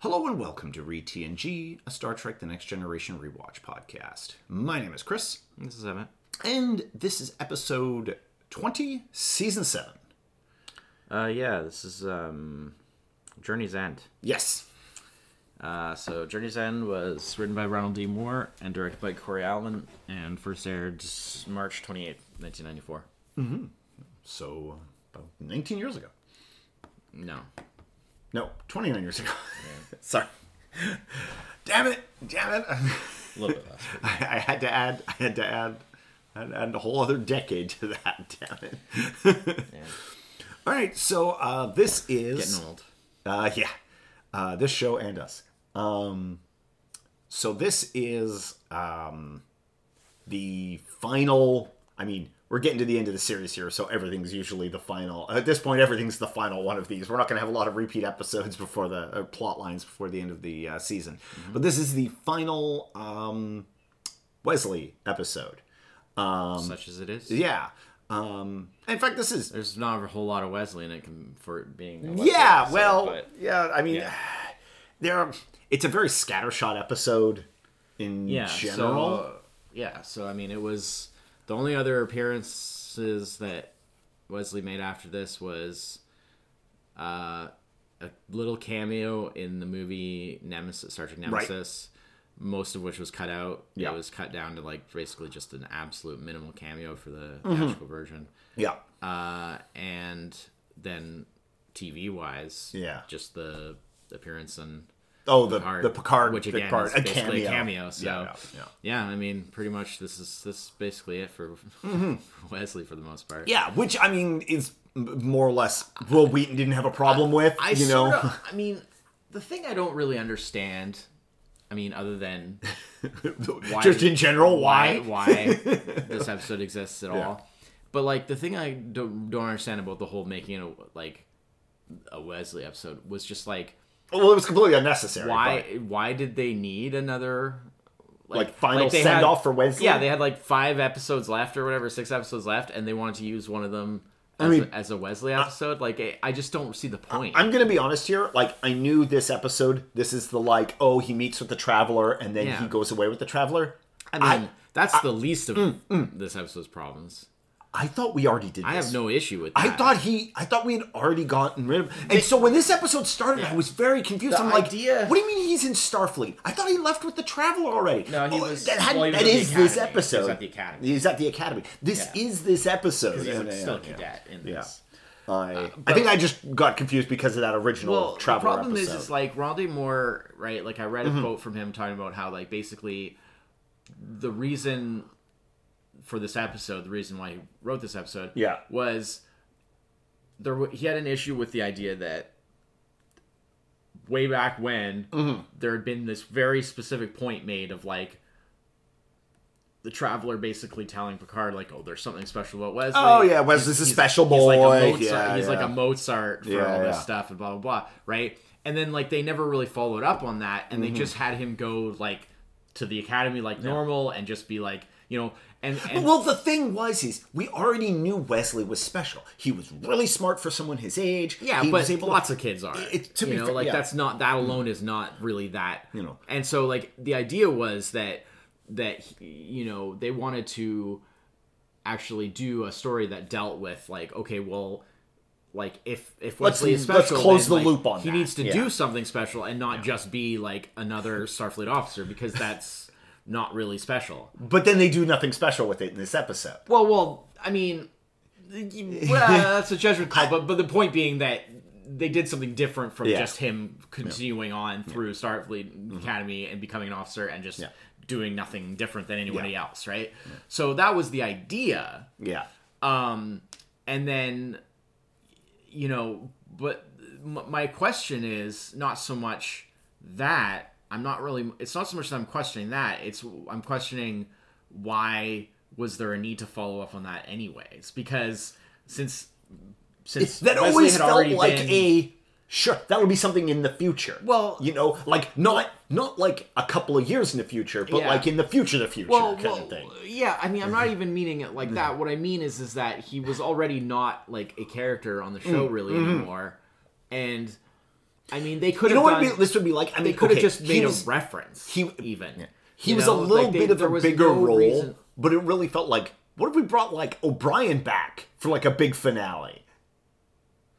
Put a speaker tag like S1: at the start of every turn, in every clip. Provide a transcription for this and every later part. S1: Hello and welcome to Re TNG, a Star Trek The Next Generation rewatch podcast. My name is Chris,
S2: This is Emmett.
S1: and this is episode 20, season 7.
S2: Uh, yeah, this is um, Journey's End.
S1: Yes.
S2: Uh, so Journey's End was written by Ronald D. Moore and directed by Corey Allen, and first aired March twenty eighth, nineteen ninety four.
S1: So, about 19 years ago.
S2: No,
S1: No, 29 years ago. Sorry. Damn it! Damn it!
S2: a little bit less.
S1: I, I had to add. I had to add. I had to add a whole other decade to that. Damn it!
S2: Yeah.
S1: All right. So uh, this is
S2: Getting old.
S1: Uh, yeah, uh, this show and us. Um, so this is um, the final. I mean, we're getting to the end of the series here, so everything's usually the final. At this point, everything's the final one of these. We're not going to have a lot of repeat episodes before the uh, plot lines before the end of the uh, season. But this is the final um, Wesley episode.
S2: Such as it is.
S1: Um, Yeah. Um, in fact, this is
S2: There's not a whole lot of Wesley in it com- for it being. a Wesley
S1: yeah
S2: episode,
S1: well
S2: but-
S1: yeah i mean
S2: yeah.
S1: there are, it's a very scattershot episode in
S2: yeah.
S1: general
S2: So, yeah. So I mean, it was the only other appearances that Wesley made after this was uh, a little cameo in the movie Nemesis, Star Trek Nemesis. Most of which was cut out.
S1: Yeah.
S2: It was cut down to like basically just an absolute minimal cameo for the
S1: Mm-hmm.
S2: theatrical version.
S1: yeah
S2: Uh, and then TV wise,
S1: Yeah.
S2: just the appearance and
S1: oh the
S2: Picard,
S1: the picard
S2: which again
S1: Picard,
S2: is basically a cameo. So
S1: yeah,
S2: yeah,
S1: yeah, yeah.
S2: I mean, pretty much this is this is basically it for
S1: Mm-hmm.
S2: Wesley for the most part.
S1: Yeah, which i mean is m- more or less will wheaton didn't have a problem with
S2: I
S1: you know
S2: sort of, I mean, the thing I don't really understand. I mean, other than why-
S1: just in general why,
S2: why this episode exists at all. But like the thing I don't, don't understand about the whole making a like a Wesley episode was just like
S1: well it was completely unnecessary
S2: why why did they need another
S1: but, like, final
S2: they
S1: send
S2: had-
S1: off for wednesday
S2: Yeah, they had like five episodes left or whatever, six episodes left, and they wanted to use one of them as,
S1: mean,
S2: a, as a Wesley episode. like, I, I just don't see the point.
S1: I'm gonna be honest here. Like, I knew this episode. This is the like, oh, he meets with the traveler, and then
S2: Yeah.
S1: he goes away with the traveler.
S2: I mean, that's the least of
S1: mm,
S2: this episode's problems.
S1: I thought we already did.
S2: I
S1: this.
S2: have no issue with that.
S1: I thought he. I thought we had already gotten rid of. And so when this episode started, I was very confused.
S2: The
S1: I'm like,
S2: idea-
S1: what do you mean he's in Starfleet? I thought he left with the Traveler already.
S2: No, he
S1: Oh,
S2: was-
S1: That, had,
S2: well, he was
S1: that
S2: at the
S1: is this
S2: Academy. He was
S1: episode.
S2: at the Academy.
S1: He's at the academy. This
S2: Yeah.
S1: is this episode.
S2: he's
S1: Yeah,
S2: a-
S1: yeah,
S2: still a
S1: yeah.
S2: cadet in
S1: Yeah.
S2: this.
S1: I, I think I just got confused because of that original
S2: Well, the
S1: Traveler
S2: problem
S1: episode. Mm-hmm.
S2: is, is like Ronald D. Moore, right? Like I read a quote from him talking about how, like, basically, the reason for this episode, the reason why he wrote this episode,
S1: Yeah.
S2: was there. wa- He had an issue with the idea that way back when
S1: Mm-hmm.
S2: there had been this very specific point made of like. The traveler basically telling Picard like, "Oh, there's something special about Wesley."
S1: oh yeah, Wesley's a special
S2: he's
S1: boy.
S2: like a Mozart,
S1: yeah,
S2: he's like
S1: yeah.
S2: a Mozart for
S1: Yeah,
S2: all this
S1: yeah.
S2: stuff and blah blah blah, right? And then like they never really followed up on that, and they just had him go like to the academy like normal and just be like you know and, and
S1: Well, the thing was, is we already knew Wesley was special. He was really smart for someone his age.
S2: yeah,
S1: he
S2: but
S1: was able
S2: lots of kids are.
S1: It- to
S2: you
S1: be
S2: know,
S1: fair,
S2: like
S1: yeah.
S2: that's not that alone is not really that. You
S1: know.
S2: and so like the idea was that that he- you know they wanted to actually do a story that dealt with like okay, well, like if if
S1: Let's-
S2: Wesley is
S1: let's
S2: special,
S1: close
S2: then,
S1: the
S2: like,
S1: loop on
S2: He
S1: that.
S2: needs to
S1: Yeah.
S2: do something special and not just be like another Starfleet officer because that's not really special.
S1: But then they do nothing special with it in this episode.
S2: Well, well, I mean, well, that's a judgment call. But but the point being that they did something different from
S1: Yeah. Mm-hmm.
S2: just him continuing on through Starfleet Academy and becoming an officer and just
S1: Yeah.
S2: doing nothing different than anybody
S1: Yeah.
S2: else, right? So that was the idea
S1: Yeah.
S2: um and then you know but m- my question is not so much that i'm not really it's not so much that i'm questioning that it's i'm questioning why was there a need to follow up on that anyways because since since
S1: That
S2: Wesley
S1: always
S2: had
S1: felt
S2: already
S1: like
S2: been-
S1: a sure. That would be something in the future.
S2: Well-
S1: you know, like not not like a couple of years in the future, but
S2: Yeah.
S1: like in the future, the future
S2: well,
S1: kind
S2: well,
S1: of thing. Mm-hmm.
S2: yeah i mean i'm not even meaning it like that what i mean is is that
S1: Mm, mm-hmm.
S2: he was already not like a character on the show really anymore and I mean, they could
S1: You
S2: have
S1: know what
S2: done.
S1: it'd be, this would be like? I mean,
S2: they could have
S1: okay,
S2: just
S1: he
S2: made
S1: was-
S2: a reference.
S1: he-
S2: even
S1: He
S2: You
S1: was a
S2: know,
S1: little
S2: like, they-
S1: bit of
S2: there
S1: a
S2: was
S1: bigger
S2: no
S1: role,
S2: reason-
S1: but it really felt like what if we brought like O'Brien back for like a big finale,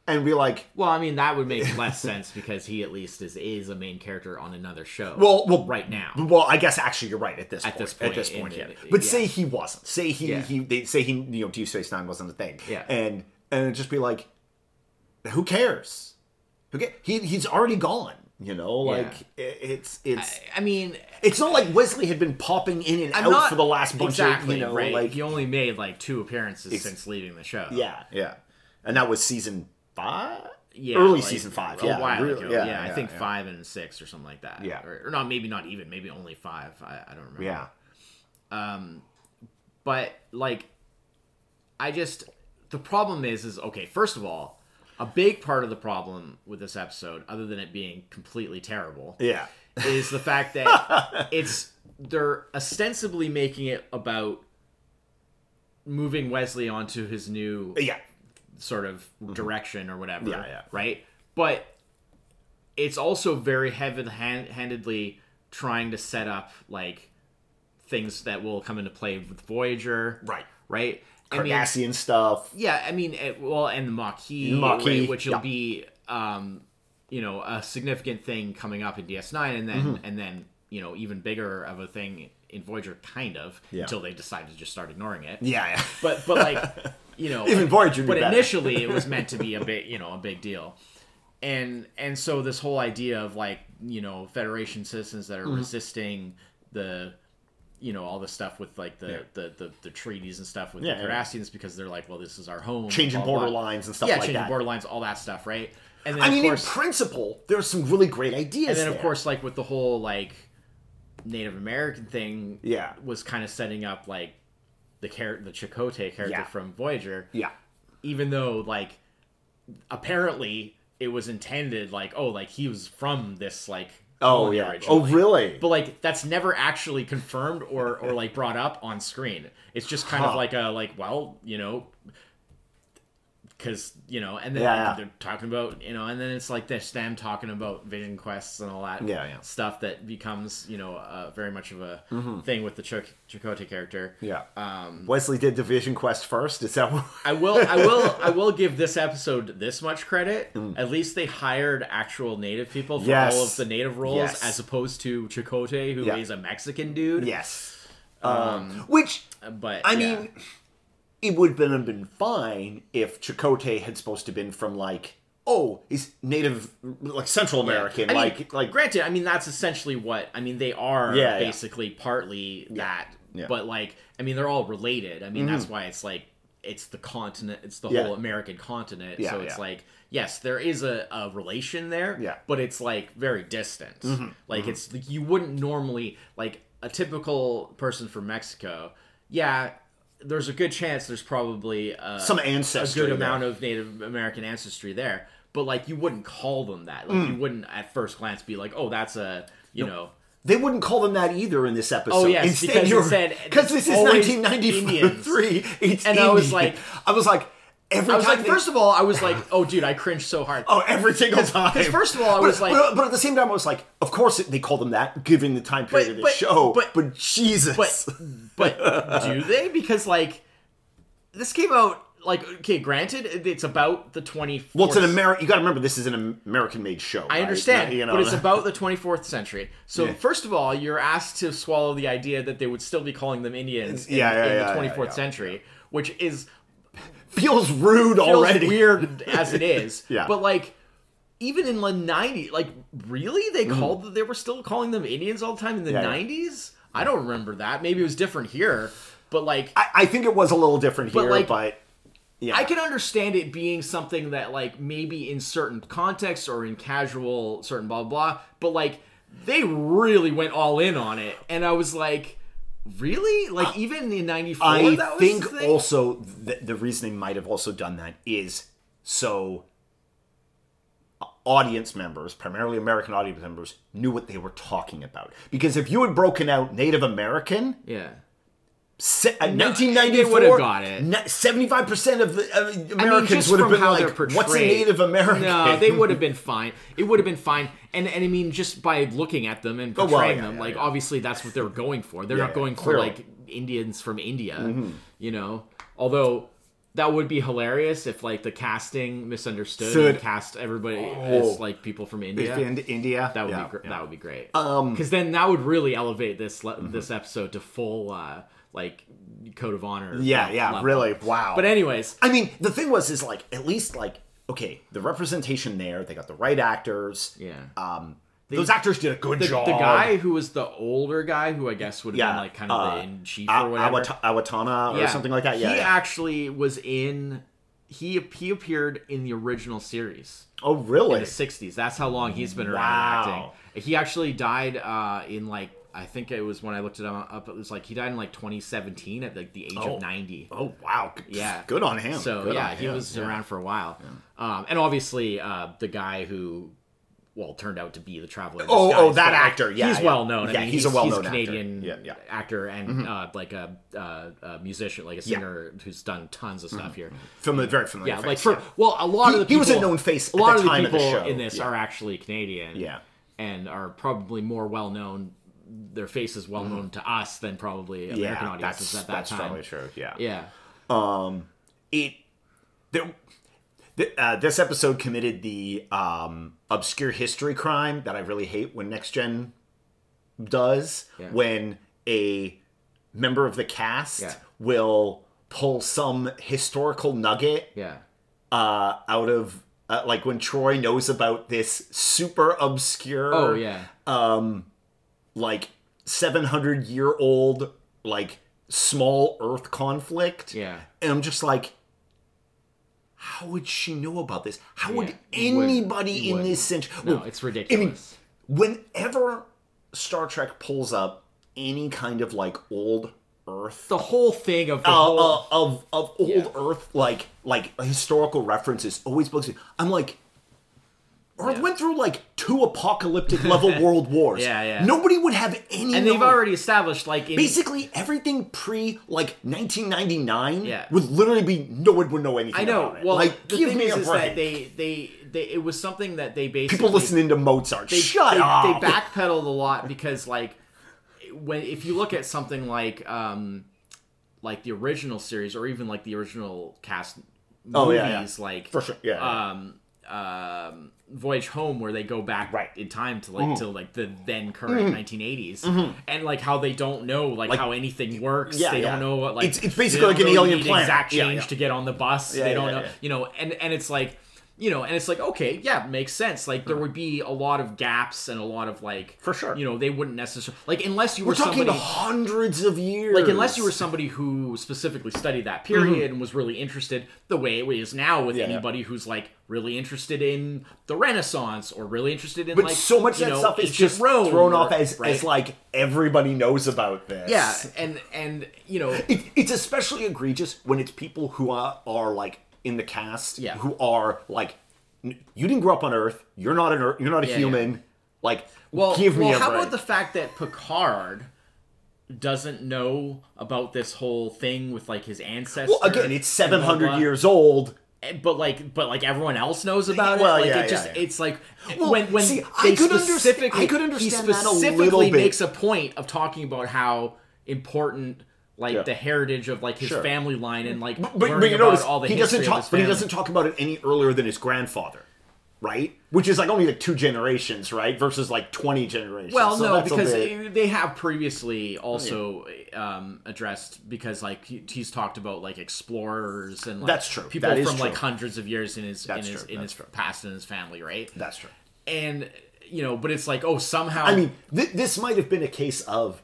S1: and be like,
S2: Well, I mean, that would make less sense because he at least is is a main character on another show.
S1: well, well,
S2: right now.
S1: Well, I guess actually you're right at this at point,
S2: this
S1: at
S2: point,
S1: this
S2: in
S1: point,
S2: the-
S1: yeah.
S2: yeah.
S1: But say he wasn't. Say he
S2: Yeah.
S1: he they say he you know Deep Space Nine wasn't a thing.
S2: Yeah.
S1: And and it'd just be like, who cares? Who ca- he he's already gone. You know, like it, it's it's
S2: I mean,
S1: it's not like Wesley had been popping in and
S2: I'm
S1: out
S2: not
S1: for the last bunch
S2: exactly,
S1: of you know
S2: right.
S1: like
S2: he only made like two appearances since leaving the show.
S1: yeah yeah, and that was season five.
S2: yeah,
S1: early
S2: like,
S1: season five.
S2: a
S1: yeah,
S2: while
S1: really,
S2: ago. Yeah, I think five and six or something like that.
S1: Yeah.
S2: or, or not, maybe not even, maybe only five. I, I don't remember.
S1: Yeah,
S2: but like, I just the problem is is okay. First of all, a big part of the problem with this episode, other than it being completely terrible,
S1: yeah,
S2: is the fact that it's they're ostensibly making it about moving Wesley onto his new
S1: yeah.
S2: sort of direction or whatever.
S1: Mm-hmm. Yeah, yeah.
S2: Right? But it's also very heavy hand- handedly trying to set up like things that will come into play with Voyager.
S1: Right.
S2: Right? I mean,
S1: Cardassian stuff.
S2: yeah, I mean, it, well, and the Maquis,
S1: Maquis,
S2: right, which will
S1: yeah.
S2: be, um, you know, a significant thing coming up in DS9, and then
S1: Mm-hmm.
S2: and then you know even bigger of a thing in Voyager, kind of,
S1: Yeah.
S2: until they decide to just start ignoring it.
S1: Yeah, yeah.
S2: But but like you know,
S1: Even Voyager knew
S2: But
S1: better.
S2: initially, it was meant to be a big, you know, a big deal. And and so this whole idea of like you know Federation citizens that are
S1: Mm-hmm.
S2: resisting the you know all the stuff with like the, the, the, the treaties and stuff with
S1: Yeah,
S2: the
S1: yeah.
S2: Cardassians because they're like well this is our home
S1: Changing
S2: blah, blah,
S1: border
S2: blah.
S1: lines and stuff
S2: yeah
S1: like
S2: changing
S1: that.
S2: border lines all that stuff right and then
S1: I
S2: of
S1: mean,
S2: course
S1: in principle, there's some really great ideas.
S2: and then of
S1: there.
S2: course like with the whole like Native American thing
S1: Yeah.
S2: was kind of setting up like the character the Chakotay character
S1: Yeah.
S2: from Voyager
S1: yeah,
S2: even though like apparently it was intended like oh like he was from this like
S1: oh
S2: colony
S1: yeah, oh
S2: originally.
S1: really?
S2: but like that's never actually confirmed or or like brought up on screen it's just kind of
S1: Huh.
S2: like a like well you know because you know and then
S1: Yeah,
S2: like,
S1: yeah.
S2: they're talking about you know and then it's like this them talking about vision quests and all that
S1: Yeah, yeah. Mm-hmm.
S2: stuff that becomes you know uh, very much of a thing with the Chok Chakotay character
S1: yeah, um, Wesley did Division Quest first. Is that what?
S2: I will I will I will give this episode this much credit. At least they hired actual native people for
S1: Mm. Yes.
S2: all of the native roles
S1: Yes.
S2: as opposed to Chicote who
S1: Yeah.
S2: is a Mexican dude.
S1: yes, um, which
S2: But
S1: I
S2: yeah.
S1: mean, it would have been, been fine if Chakotay had supposed to been from like oh he's Native like Central
S2: Yeah.
S1: American
S2: I mean,
S1: like like
S2: granted, I mean that's essentially what I mean they are
S1: Yeah, yeah.
S2: basically partly that.
S1: Yeah. Mm-hmm.
S2: But like I mean they're all related. I mean that's why it's like it's the continent it's the
S1: Yeah.
S2: whole American continent.
S1: Yeah,
S2: so it's
S1: yeah.
S2: like yes, there is a, a relation there,
S1: Yeah. Mm-hmm.
S2: but it's like very distant. Like it's like you wouldn't normally like a typical person from Mexico, yeah, there's a good chance there's probably uh,
S1: some
S2: a
S1: ancestry.
S2: good
S1: there.
S2: amount of Native American ancestry there, but like you wouldn't call them that. Like you wouldn't at first glance be like, oh, that's a you know.
S1: They wouldn't call them that either in this episode.
S2: Oh, yes, because it
S1: you're-
S2: said
S1: because this is
S2: always
S1: 1993. It's
S2: And I was
S1: Indian.
S2: like-
S1: I was like, every
S2: I was
S1: time
S2: like,
S1: they-
S2: first of all, I was like, oh, dude, I cringed so hard.
S1: oh, every single time.
S2: because first of all, I
S1: But-
S2: was like-
S1: but, but at the same time, I was like, of course it- they call them that given the time period of the
S2: but-
S1: show.
S2: but-
S1: Jesus,
S2: but but do they? Because like this came out like okay, granted, it- it's about the twenty.
S1: well, it's an American. You got to remember, this is an American-made show.
S2: I
S1: right?
S2: understand,
S1: Not- you know,
S2: but it's about the 24th century. So
S1: Yeah.
S2: first of all, you're asked to swallow the idea that they would still be calling them Indians in,
S1: Yeah, yeah,
S2: in
S1: yeah, yeah,
S2: the 24th
S1: yeah.
S2: century, which is
S1: feels rude
S2: feels
S1: already.
S2: weird as it is.
S1: Yeah.
S2: But like even in the 90s, like really they called they were still calling them Indians all the time in the
S1: Mm-hmm. Yeah, yeah.
S2: 90s? I don't remember that. Maybe it was different here, but like I,
S1: I, I think it was a little different here,
S2: like,
S1: but yeah,
S2: can understand it being something that like maybe in certain contexts or in casual certain blah blah, blah but like they really went all in on it and I was like really? Like even in 94
S1: Uh, I
S2: that was
S1: think
S2: the thing?
S1: also th- the reason they might have also done that is so uh, audience members, primarily American audience members, knew what they were talking about. Because if you had broken out Native American,
S2: yeah.
S1: Se- uh,
S2: No,
S1: 1994
S2: they would've got it.
S1: ni- 75% of the of Americans
S2: just
S1: would have
S2: from
S1: been
S2: how they're
S1: like what's a
S2: portrayed."
S1: Native American?
S2: No, they would have been fine. It would have been fine. And and I mean, just by looking at them and
S1: Oh, well,
S2: portraying
S1: yeah,
S2: them,
S1: yeah,
S2: like
S1: yeah.
S2: obviously that's what they're going for. They're
S1: yeah, Mm-hmm.
S2: not going for
S1: clearly.
S2: like Indians from India, you know. Although that would be hilarious if like the casting misunderstood
S1: Should-
S2: and cast everybody
S1: Oh.
S2: as like people from India.
S1: In India.
S2: That would
S1: yeah,
S2: be gr-
S1: yeah. Mm-hmm.
S2: that would be great. Um, because then that would really elevate this le- this episode to full uh like code of honor.
S1: Yeah,
S2: le-
S1: yeah,
S2: level.
S1: really. Wow.
S2: But anyways,
S1: I mean, the thing was is like at least like okay, the representation there, they got the right actors.
S2: yeah.
S1: Um those actors did a good
S2: the,
S1: job.
S2: the guy who was the older guy who I guess would have
S1: Yeah,
S2: been like kind of
S1: uh,
S2: the in chief
S1: A-
S2: or whatever.
S1: Awata- Awatana or
S2: Yeah.
S1: something like that. Yeah.
S2: he
S1: yeah.
S2: actually was in. He he appeared in the original series,
S1: oh, really?
S2: the '60s. That's how long he's been around
S1: Wow.
S2: acting. He actually died uh, in like I think it was when I looked it up. up, It was like he died in like 2017 at like the age
S1: Oh.
S2: of 90.
S1: Oh, wow. Good-
S2: Yeah.
S1: Good on him.
S2: So
S1: Oh, Good
S2: yeah,
S1: on
S2: he
S1: him.
S2: was
S1: Yeah.
S2: around for a while, um, and obviously uh, the guy who, well, turned out to be the traveler. in
S1: Oh,
S2: disguise,
S1: oh, that
S2: but, like,
S1: actor. Yeah,
S2: he's
S1: yeah.
S2: well known.
S1: Yeah,
S2: I mean,
S1: he's a well-known actor.
S2: Canadian
S1: Yeah, Mm-hmm. yeah.
S2: actor and uh, like a, uh, a musician, like a singer who's done tons of
S1: Mm-hmm.
S2: stuff here.
S1: From the very familiar.
S2: Yeah, like
S1: face,
S2: for well, a lot
S1: He-
S2: of the
S1: he was a
S2: people-
S1: known face
S2: A
S1: at
S2: lot
S1: the
S2: of the
S1: time of the
S2: people
S1: show.
S2: in this
S1: Yeah.
S2: are actually Canadian.
S1: Yeah.
S2: and are probably more well known. Their face is well known to us than probably
S1: Mm-hmm. yeah.
S2: American
S1: yeah
S2: audiences
S1: that's
S2: at that
S1: that's
S2: time.
S1: probably true. Yeah.
S2: Yeah,
S1: it there, th- uh, this episode committed the um, obscure history crime that I really hate when next gen does
S2: Yeah.
S1: when a member of the cast
S2: Yeah.
S1: will pull some historical nugget
S2: yeah.
S1: uh, out of uh, like when Troy knows about this super obscure
S2: Oh yeah.
S1: like 700 year old like small earth conflict
S2: Yeah.
S1: and i'm just like how would she know about this how would
S2: Yeah, you wouldn't.
S1: anybody
S2: You
S1: in
S2: wouldn't.
S1: this century
S2: No,
S1: Well,
S2: it's ridiculous.
S1: whenever star trek pulls up any kind of like old earth
S2: the whole thing of the
S1: uh,
S2: whole,
S1: uh, of of old
S2: Yeah.
S1: earth like like historical references always bugs me i'm like Earth
S2: Yeah.
S1: went through like two apocalyptic level world wars.
S2: Yeah, yeah.
S1: Nobody would have any.
S2: and they've
S1: knowledge.
S2: already established like in,
S1: basically everything pre like 1999
S2: Yeah.
S1: would literally be no one would know anything.
S2: I know.
S1: about it.
S2: Well,
S1: like
S2: the
S1: give
S2: thing
S1: me
S2: is,
S1: a
S2: is
S1: break.
S2: that they, they they it was something that they basically
S1: People listening to Mozart.
S2: they,
S1: Shut
S2: they,
S1: up.
S2: They backpedaled a lot because like when if you look at something like um like the original series or even like the original cast movies
S1: Oh, yeah, yeah.
S2: like
S1: For sure. Yeah. yeah.
S2: um, um, Voyage Home, where they go back
S1: Right.
S2: in time to like to like the then current 1980s, and like how they don't know like, how anything works.
S1: Mm-hmm. Yeah,
S2: they
S1: yeah.
S2: don't know what like
S1: It's- it's
S2: they
S1: basically
S2: don't
S1: like an
S2: know you
S1: alien
S2: need
S1: planet.
S2: Exact
S1: Yeah,
S2: change
S1: yeah.
S2: to get on the bus.
S1: Yeah,
S2: they don't
S1: yeah,
S2: know,
S1: yeah.
S2: you know, and and it's like you know, and it's like okay, yeah, makes sense. Like there would be a lot of gaps and a lot of like
S1: Mm-hmm. For sure.
S2: you know, they wouldn't necessarily like unless you were,
S1: We're talking
S2: somebody
S1: hundreds of years.
S2: like unless you were somebody who specifically studied that period and was really interested the way it is now with
S1: Mm-hmm. Yeah, yeah.
S2: anybody who's like really interested in the renaissance or really interested in
S1: But
S2: like
S1: so much of
S2: you
S1: that
S2: know,
S1: stuff is
S2: ancient
S1: just
S2: Rome
S1: thrown
S2: or-
S1: off as
S2: right?
S1: as like everybody knows about this.
S2: yeah and and you know
S1: It, it's especially egregious when it's people who are, are like in the cast
S2: Yeah.
S1: who are like n- you didn't grow up on Earth. You're not an Earth. You're not a
S2: yeah.
S1: human. Like
S2: well,
S1: give me
S2: well,
S1: a
S2: how
S1: break.
S2: about the fact that Picard doesn't know about this whole thing with like his ancestors
S1: Well, again, it's
S2: and blah,
S1: 700
S2: blah.
S1: years old.
S2: but like but like everyone else knows about it
S1: Well,
S2: like
S1: yeah, yeah,
S2: it just
S1: yeah.
S2: it's like
S1: Well,
S2: when when
S1: see, I
S2: they
S1: could underst-
S2: specifically
S1: I could understand
S2: he
S1: that a little
S2: specifically
S1: bit.
S2: makes a point of talking about how important like
S1: Yeah.
S2: the heritage of like his
S1: Sure.
S2: family line and like
S1: But,
S2: learning
S1: but you
S2: about
S1: notice
S2: all the
S1: he doesn't
S2: history of
S1: talk,
S2: his
S1: but he
S2: family.
S1: doesn't talk about it any earlier than his grandfather, right? Which is like only like two generations, right? Versus like 20 generations.
S2: Well,
S1: So
S2: no,
S1: that's a
S2: because
S1: bit-
S2: it- they have previously also um, addressed because like he, he's talked about like explorers and like,
S1: That's true.
S2: people
S1: That
S2: from
S1: is
S2: like
S1: true.
S2: hundreds of years in his
S1: That's
S2: in his
S1: true.
S2: in
S1: That's
S2: his past and his family, right?
S1: that's true.
S2: and you know, but it's like oh, somehow
S1: I mean, th- this might have been a case of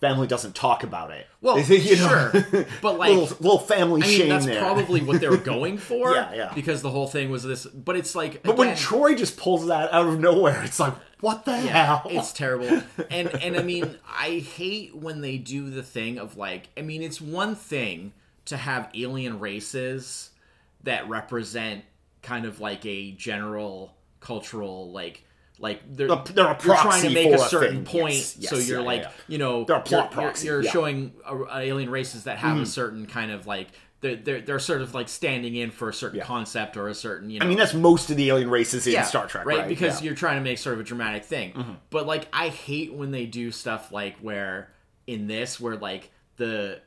S1: family doesn't talk about it.
S2: Well,
S1: You know,
S2: sure, but like
S1: little, little family
S2: I mean,
S1: shame
S2: that's
S1: there.
S2: probably what they were going for.
S1: Yeah, yeah.
S2: Because the whole thing was this, but it's like,
S1: but when
S2: again,
S1: Troy just pulls that out of nowhere, it's like, what the hell?
S2: it's terrible. And and I mean, I hate when they do the thing of like, I mean, it's one thing to have alien races that represent kind of like a general cultural like like they're,
S1: A- they're a
S2: you're trying
S1: proxy
S2: to make a
S1: for a
S2: certain
S1: thing.
S2: point
S1: Yes, yes,
S2: so you're
S1: yeah,
S2: like
S1: yeah, yeah.
S2: you know
S1: They're a plot
S2: you're- you're,
S1: proxy,
S2: you're
S1: yeah. Mm-hmm.
S2: showing a, alien races that have a certain kind of like they're, they're they're sort of like standing in for a certain concept or a certain you know
S1: I mean, that's most of the alien races in
S2: yeah,
S1: Star Trek, right?
S2: Because
S1: yeah. Mm-hmm.
S2: you're trying to make sort of a dramatic thing. But like, I hate when they do stuff like where in this, where like the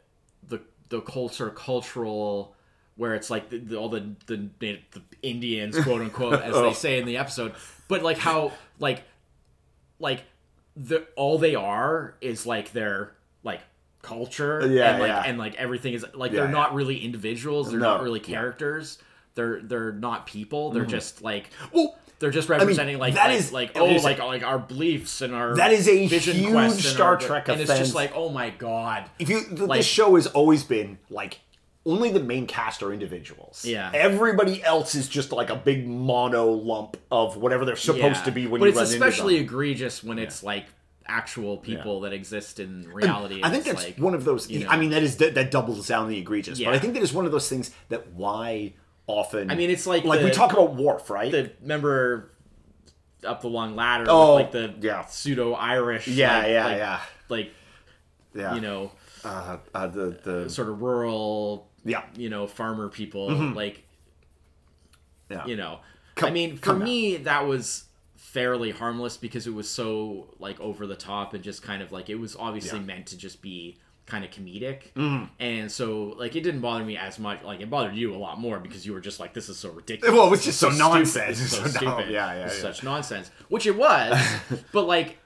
S2: the the culture cultural, where it's like the, the, all the, the the Indians, quote unquote, as
S1: Oh.
S2: they say in the episode. But like how like like the all they are is like their like culture
S1: Yeah,
S2: and like
S1: yeah.
S2: and like everything is like
S1: Yeah,
S2: they're
S1: yeah.
S2: not really individuals they're
S1: No,
S2: not really
S1: yeah. Mm-hmm.
S2: characters they're they're not people they're just like
S1: well,
S2: they're just representing like
S1: that
S2: like,
S1: is-
S2: like
S1: I
S2: oh
S1: was gonna
S2: like like our beliefs and our
S1: That is a
S2: vision
S1: huge
S2: quest and
S1: Star
S2: our-
S1: Trek
S2: and it's
S1: offense.
S2: just like oh my god
S1: if you th-
S2: Like-
S1: this show has always been like only the main cast are individuals.
S2: Yeah.
S1: everybody else is just like a big mono lump of whatever they're supposed
S2: Yeah.
S1: to be when
S2: but
S1: you
S2: it's
S1: run
S2: especially
S1: into them.
S2: egregious when it's like actual people that exist in reality
S1: I think
S2: It's
S1: that's
S2: like,
S1: one of those.
S2: you know.
S1: I mean, that is that, that doubles down the egregious.
S2: Yeah.
S1: But I think that is one of those things that why often.
S2: I mean, it's like
S1: like
S2: the-
S1: we talk about Worf, right?
S2: the member up the long ladder with,
S1: Oh,
S2: like the
S1: yeah.
S2: pseudo Irish
S1: yeah,
S2: like,
S1: yeah,
S2: like,
S1: yeah,
S2: like
S1: yeah.
S2: you know
S1: uh, uh, the the
S2: sort of rural
S1: yeah,
S2: you know farmer people
S1: Mm-hmm.
S2: like
S1: yeah.
S2: you know
S1: Come-
S2: i mean for
S1: come now.
S2: me that was fairly harmless because it was so like over the top and just kind of like it was obviously meant to just be kind of comedic
S1: Mm-hmm.
S2: and so like it didn't bother me as much like it bothered you a lot more because you were just like this is so ridiculous
S1: Well, it was just so
S2: stupid.
S1: nonsense.
S2: It's so
S1: So dumb.
S2: stupid.
S1: Yeah, yeah,
S2: It's
S1: yeah.
S2: Such nonsense, which it was, but like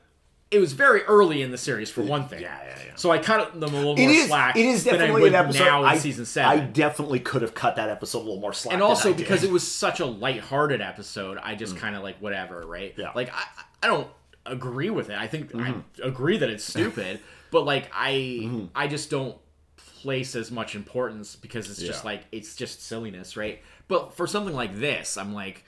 S2: it was very early in the series for one thing.
S1: Yeah, yeah, yeah.
S2: So I cut them a little
S1: It
S2: more
S1: is.
S2: slack.
S1: It is
S2: than I
S1: definitely
S2: would
S1: an episode.
S2: now in
S1: I,
S2: season
S1: I
S2: seven,
S1: definitely could have cut that episode a little more slack.
S2: and
S1: than
S2: also
S1: I did. Mm.
S2: because it was such a lighthearted episode, I just kind of like whatever, right?
S1: Yeah. Mm-hmm.
S2: Like I, I don't agree with it. I think I agree that it's stupid, but like I, I just don't place as much importance because it's just
S1: Yeah.
S2: like it's just silliness, right? But for something like this, I'm like.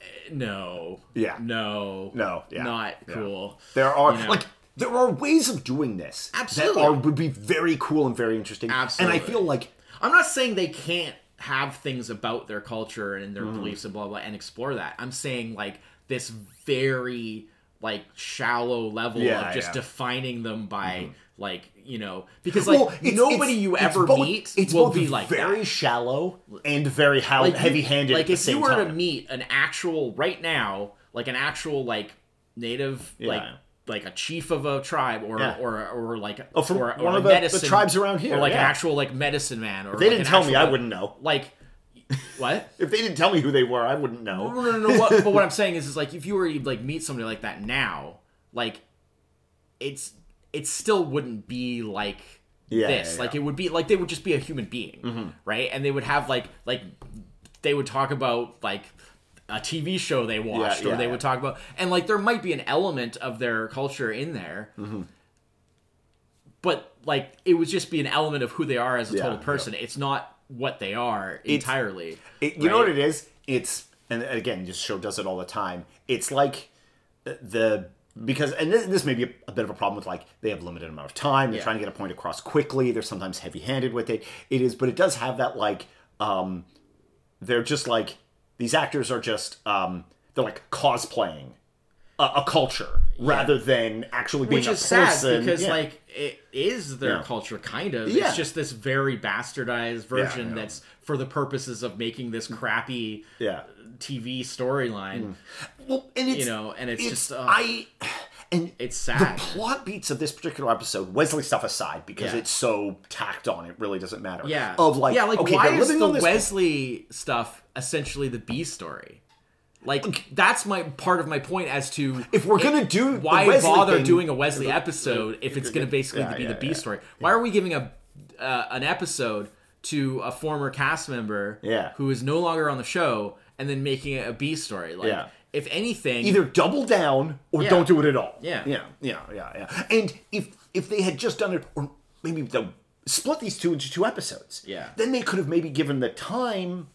S2: eh, No.
S1: Yeah.
S2: No.
S1: No, yeah,
S2: Not
S1: yeah.
S2: cool.
S1: There are
S2: You know.
S1: like there are ways of doing this
S2: Absolutely.
S1: that are, would be very cool and very interesting. And I
S2: Absolutely.
S1: feel like
S2: I'm not saying they can't have things about their culture and
S1: Mm.
S2: their beliefs and blah blah and explore that. I'm saying like this very like shallow level
S1: Yeah,
S2: of just
S1: yeah. Mm-hmm.
S2: defining them by like you know because like
S1: well, it's-
S2: nobody
S1: it's-
S2: you
S1: it's
S2: ever
S1: both-
S2: meet
S1: it's
S2: will
S1: both
S2: be like
S1: very
S2: that.
S1: shallow and very how
S2: Like, you-
S1: heavy-handed.
S2: Like
S1: at the
S2: if
S1: same
S2: you were
S1: time.
S2: to meet an actual right now, like an actual like native like.
S1: Yeah.
S2: Like a chief of a tribe, or
S1: Yeah. Oh,
S2: or, or like
S1: from
S2: or, or
S1: one
S2: a
S1: of the- the
S2: medicine,
S1: tribes around here,
S2: or like an
S1: yeah.
S2: actual like medicine man. Or
S1: they didn't tell me, I wouldn't know.
S2: like what
S1: If they didn't tell me who they were, I wouldn't know.
S2: no no no, no what, but what i'm saying is is like if you were to like meet somebody like that now like it's it still wouldn't be like
S1: Yeah,
S2: this
S1: yeah,
S2: like
S1: yeah. Mm-hmm.
S2: it would be like they would just be a human being right and they would have like like they would talk about like a TV show they watched, or
S1: yeah,
S2: they
S1: yeah.
S2: would talk about, and like there might be an element of their culture in there,
S1: Mm-hmm.
S2: but like it would just be an element of who they are as a
S1: Yeah,
S2: total
S1: yeah.
S2: person. It's not what they are entirely.
S1: It, you know
S2: right?
S1: what it is? It's and again, this show does it all the time. It's like uh, the because and this, this may be a, a bit of a problem with like they have limited amount of time. They're
S2: Yeah.
S1: trying to get a point across quickly. They're sometimes heavy-handed with it. It is, but it does have that like um they're just like these actors are just um they're like cosplaying a, a culture rather than actually being
S2: which
S1: a
S2: is
S1: person.
S2: sad because
S1: Yeah.
S2: like it is their
S1: Yeah.
S2: culture kind of
S1: Yeah.
S2: it's just this very bastardized version
S1: yeah.
S2: that's for the purposes of making this crappy
S1: yeah. Mm.
S2: tv storyline
S1: Well, and it's
S2: you know and it's, just uh,
S1: I and
S2: it's sad
S1: The plot beats of this particular episode, Wesley stuff aside, because
S2: Yeah.
S1: it's so tacked on, it really doesn't matter.
S2: yeah
S1: Of like,
S2: yeah like
S1: okay,
S2: why
S1: they're
S2: is
S1: living
S2: the
S1: on this.
S2: wesley stuff essentially the b story like that's my part of my point as to
S1: if we're gonna do
S2: why
S1: the Wesley
S2: bother
S1: thing,
S2: doing a Wesley episode if it's going to basically
S1: yeah,
S2: be the
S1: yeah,
S2: B
S1: yeah.
S2: story? Why are we giving a uh, an episode to a former cast member
S1: Yeah.
S2: who is no longer on the show and then making it a B story? Like,
S1: Yeah.
S2: if anything,
S1: either double down or
S2: Yeah.
S1: don't do it at all.
S2: Yeah.
S1: yeah, yeah, yeah, yeah. And if if they had just done it, or maybe the split these two into two episodes.
S2: Yeah.
S1: then they could have maybe given the time.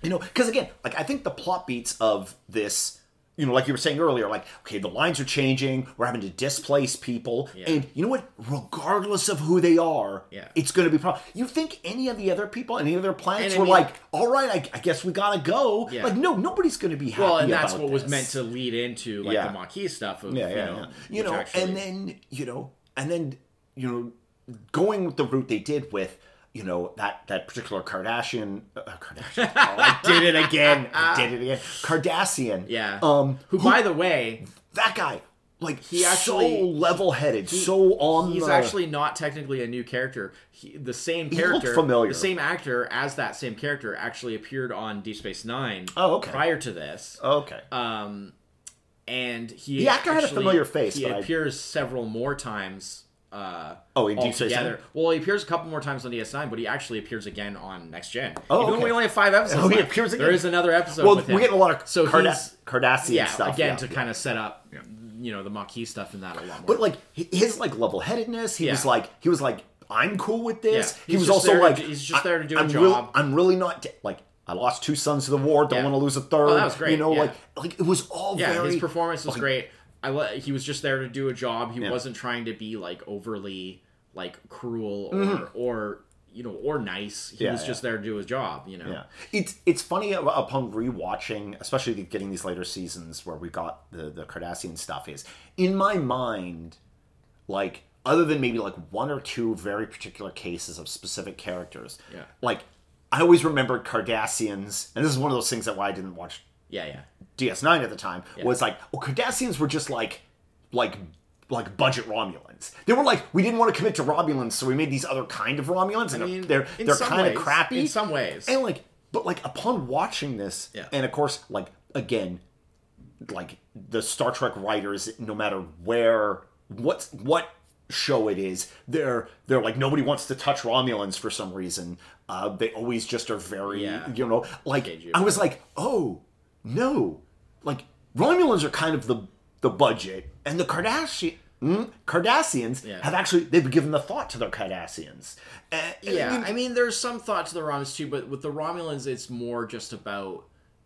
S1: You know, because again, like I think the plot beats of this you know, like you were saying earlier, like, okay, the lines are changing. We're having to displace people.
S2: Yeah.
S1: And you know what? Regardless of who they are,
S2: Yeah.
S1: it's going to be problem. You think any of the other people, any other planets
S2: And I
S1: were
S2: mean-
S1: like, all right, I, I guess we got to go.
S2: Yeah.
S1: Like, no, nobody's going to be happy.
S2: Well, and that's
S1: about
S2: what was
S1: this.
S2: meant to lead into like
S1: Yeah.
S2: the Maquis stuff of
S1: Yeah,
S2: you
S1: yeah,
S2: know,
S1: yeah. You
S2: which
S1: know,
S2: actually-
S1: and then you know, and then you know, going with the route they did with you know that that particular Kardashian, uh, Kardashian. Oh, I did it again. I did it again. Cardassian.
S2: yeah,
S1: Um,
S2: who, by the way,
S1: that guy, like he
S2: actually-
S1: so level-headed, so on.
S2: he's
S1: the,
S2: actually not technically a new character. He, the same
S1: looked
S2: character,
S1: familiar.
S2: the same actor as that same character actually appeared on Deep Space Nine.
S1: Oh, okay.
S2: Prior to this,
S1: okay.
S2: um, and he
S1: The actor had a familiar face,
S2: He
S1: but I-
S2: appears several more times. Uh,
S1: Oh, in Deep Space
S2: altogether.
S1: Nine?
S2: Well, he appears a couple more times on DS9, but he actually appears again on Next Gen.
S1: Oh,
S2: Even
S1: okay.
S2: when we only have five episodes.
S1: Oh, he
S2: left,
S1: appears
S2: There
S1: again.
S2: is another episode.
S1: well,
S2: with him.
S1: we get a lot of
S2: so
S1: Kardas-
S2: he's-
S1: Kardashian
S2: yeah
S1: stuff
S2: again
S1: yeah.
S2: to kind of set up you know the Maquis stuff in that a lot more.
S1: But like hi- his like level headedness, he
S2: Yeah.
S1: was like he was like I'm cool with this.
S2: Yeah.
S1: He was
S2: He's just
S1: also
S2: there to
S1: like
S2: do- he's just
S1: I-
S2: there to do a
S1: I'm
S2: job.
S1: I'm really not de- like I lost two sons to the war. Don't
S2: Yeah.
S1: want to lose a third.
S2: Oh, that was great,
S1: You know,
S2: yeah.
S1: like like it was all
S2: yeah,
S1: very
S2: his performance was
S1: like,
S2: great. I le- he was just there to do a job. He wasn't trying to be like overly like cruel or or you know or nice. He
S1: Mm-hmm. Yeah,
S2: was
S1: yeah.
S2: just there to do his job. You know.
S1: Yeah, it's it's funny up- upon rewatching, especially the- getting these later seasons where we got the the Cardassian stuff. Is in my mind, like other than maybe like one or two very particular cases of specific characters.
S2: Yeah.
S1: like I always remembered Cardassians, and this is one of those things that why I didn't watch
S2: Yeah. Yeah.
S1: DS9 at the time was like, oh, Cardassians were just like, like, like budget Romulans. They were like, we didn't want to commit to Romulans, so we made these other kind of Romulans, and
S2: I mean,
S1: they're
S2: in
S1: they're
S2: some
S1: kind of
S2: ways-
S1: crappy
S2: in some ways.
S1: And like, but like upon watching this,
S2: Yeah.
S1: and of course, like again, like the Star Trek writers, no matter where, what's what show it is, they're they're like nobody wants to touch Romulans for some reason. Uh, they always just are very,
S2: Yeah.
S1: you know, like
S2: you.
S1: I was like, oh no, like Romulans are kind of the the budget, and the Kardashian. Mm, Cardassians
S2: Yeah.
S1: have actually they've given the thought to their Cardassians. Uh,
S2: Yeah, I mean, there's some thought to the Romulans too, but with the Romulans, it's more just about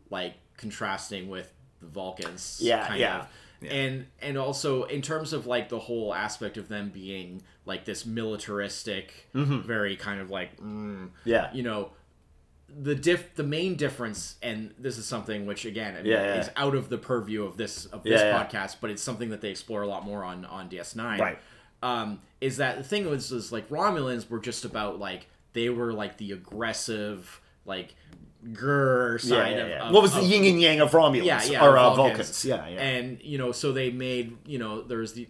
S2: like contrasting with the Vulcans.
S1: Yeah, yeah.
S2: And and also in terms of like the whole aspect of them being like this militaristic,
S1: Mm-hmm.
S2: very kind of like mm,
S1: yeah,
S2: you know the diff the main difference and this is something which again I mean,
S1: Yeah, yeah.
S2: is out of the purview of this of this
S1: Yeah, yeah.
S2: podcast but it's something that they explore a lot more on on DS9
S1: Right.
S2: um is that the thing was is like Romulans were just about like they were like the aggressive like grr
S1: yeah,
S2: side
S1: yeah,
S2: of-
S1: yeah.
S2: of
S1: what was
S2: of,
S1: the yin and yang of Romulans
S2: yeah, yeah,
S1: or uh,
S2: the
S1: Vulcans. Yeah, yeah.
S2: And you know, so they made you know there's the,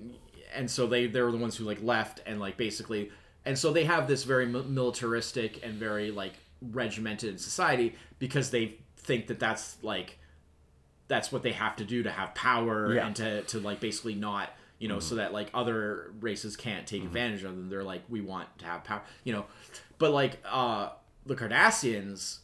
S2: and so they they were the ones who like left and like basically, and so they have this very mi- militaristic and very like regimented society because they think that that's like that's what they have to do to have power
S1: Yeah. Mm-hmm.
S2: and to to like basically not you know so that like other races can't take advantage of them they're like we want to have power you know but like uh the cardassians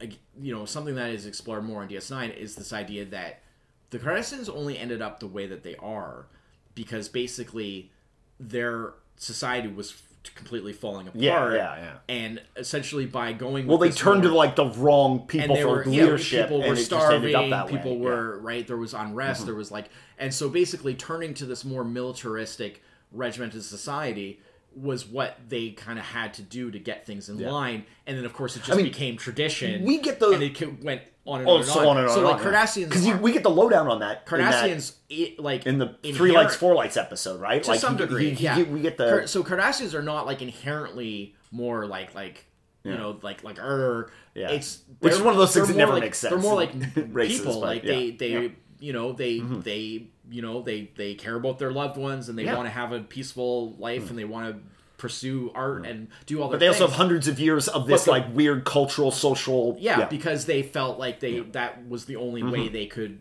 S2: like, you know something that is explored more in DS9 is this idea that the Cardassians only ended up the way that they are because basically their society was f- completely falling apart.
S1: Yeah, yeah, yeah.
S2: And essentially by going
S1: well, they turned to like the wrong people for
S2: yeah,
S1: leadership,
S2: people were
S1: and it just ended
S2: starving.
S1: up that way.
S2: people
S1: Yeah. Mm-hmm.
S2: were right. There was unrest. There was like, and so basically, turning to this more militaristic, regimented society was what they kind of had to do to get things in line. And then, of course, it just became tradition.
S1: we get the-
S2: and it ca- went on and,
S1: Oh,
S2: on, and
S1: so
S2: on.
S1: on and on.
S2: So
S1: and
S2: like
S1: on,
S2: Cardassians,
S1: because
S2: are-
S1: we get the lowdown on that. in that-
S2: Cardassians, i- like
S1: in, the three
S2: inherent-
S1: lights, four lights episode, right?
S2: to
S1: like
S2: some
S1: he- he-
S2: degree.
S1: he-
S2: yeah,
S1: we get the
S2: Kar- so Cardassians are not like inherently more like like you know like like er.
S1: Yeah.
S2: It's
S1: Which is
S2: they're-
S1: one of those
S2: they're
S1: things that
S2: more
S1: never
S2: like-
S1: makes sense
S2: They're more like
S1: in races,
S2: people.
S1: but
S2: like
S1: yeah. Mm-hmm.
S2: they they you know they they you know they they care about their loved ones and they
S1: Yeah. Mm.
S2: want to have a peaceful life and they want to pursue art and do all. Their
S1: But they also
S2: things.
S1: have hundreds of years of this
S2: the-
S1: like weird cultural, social.
S2: yeah, because they felt like they that was the
S1: Mm-hmm.
S2: only way they could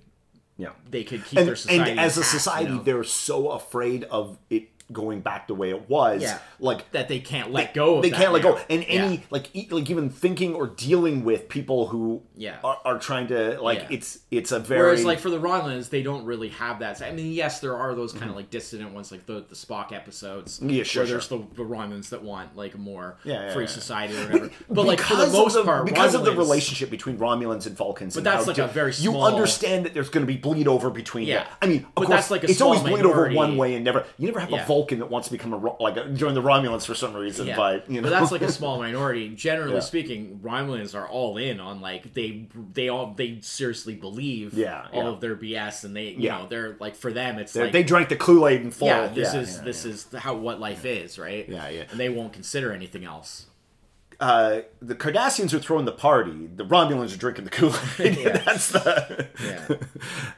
S1: yeah.
S2: they could keep
S1: And,
S2: their society
S1: and as a
S2: intact, you
S1: society,
S2: know?
S1: they're so afraid of it going back the way it was.
S2: Yeah.
S1: Like
S2: that they can't let go of
S1: they
S2: that
S1: can't let
S2: now.
S1: go and any
S2: Yeah.
S1: like e- like even thinking or dealing with people who
S2: Yeah.
S1: are, are trying to like
S2: Yeah.
S1: it's it's a very
S2: Whereas, like for the Romulans, they don't really have that. I mean, yes, there are those kind of like dissident ones, like the the Spock episodes.
S1: Mm-hmm. Yeah, sure,
S2: Where there's the, the Romulans that want like a more
S1: Yeah, yeah,
S2: free
S1: yeah.
S2: society or whatever. But like for the
S1: Because of
S2: most part,
S1: because of the
S2: Romulans-
S1: relationship between Romulans and Vulcans, but
S2: that's like a very
S1: you
S2: small-
S1: understand that there's going to be bleed over between.
S2: Yeah.
S1: them. I mean, of
S2: But
S1: course,
S2: that's like a
S1: it's
S2: small
S1: always bleed
S2: minority.
S1: over one way and never. You never have a
S2: Yeah.
S1: Vulcan that wants to become a Ro- like a, join the Romulans for some reason,
S2: Yeah.
S1: but you know
S2: But that's like a small minority. Generally
S1: Yeah.
S2: speaking, Romulans are all in on like they they all they seriously believe
S1: Yeah,
S2: all
S1: yeah.
S2: of their BS and they you
S1: Yeah.
S2: know they're like for them it's
S1: They-
S2: like
S1: they drank the Kool Aid and fall.
S2: yeah this is
S1: Oh, yeah,
S2: this is how what life is right
S1: Yeah, yeah.
S2: and they won't consider anything else.
S1: uh, the Cardassians are throwing the party. The Romulans are drinking the Kool Aid.
S2: Yeah.
S1: That's the
S2: Yeah.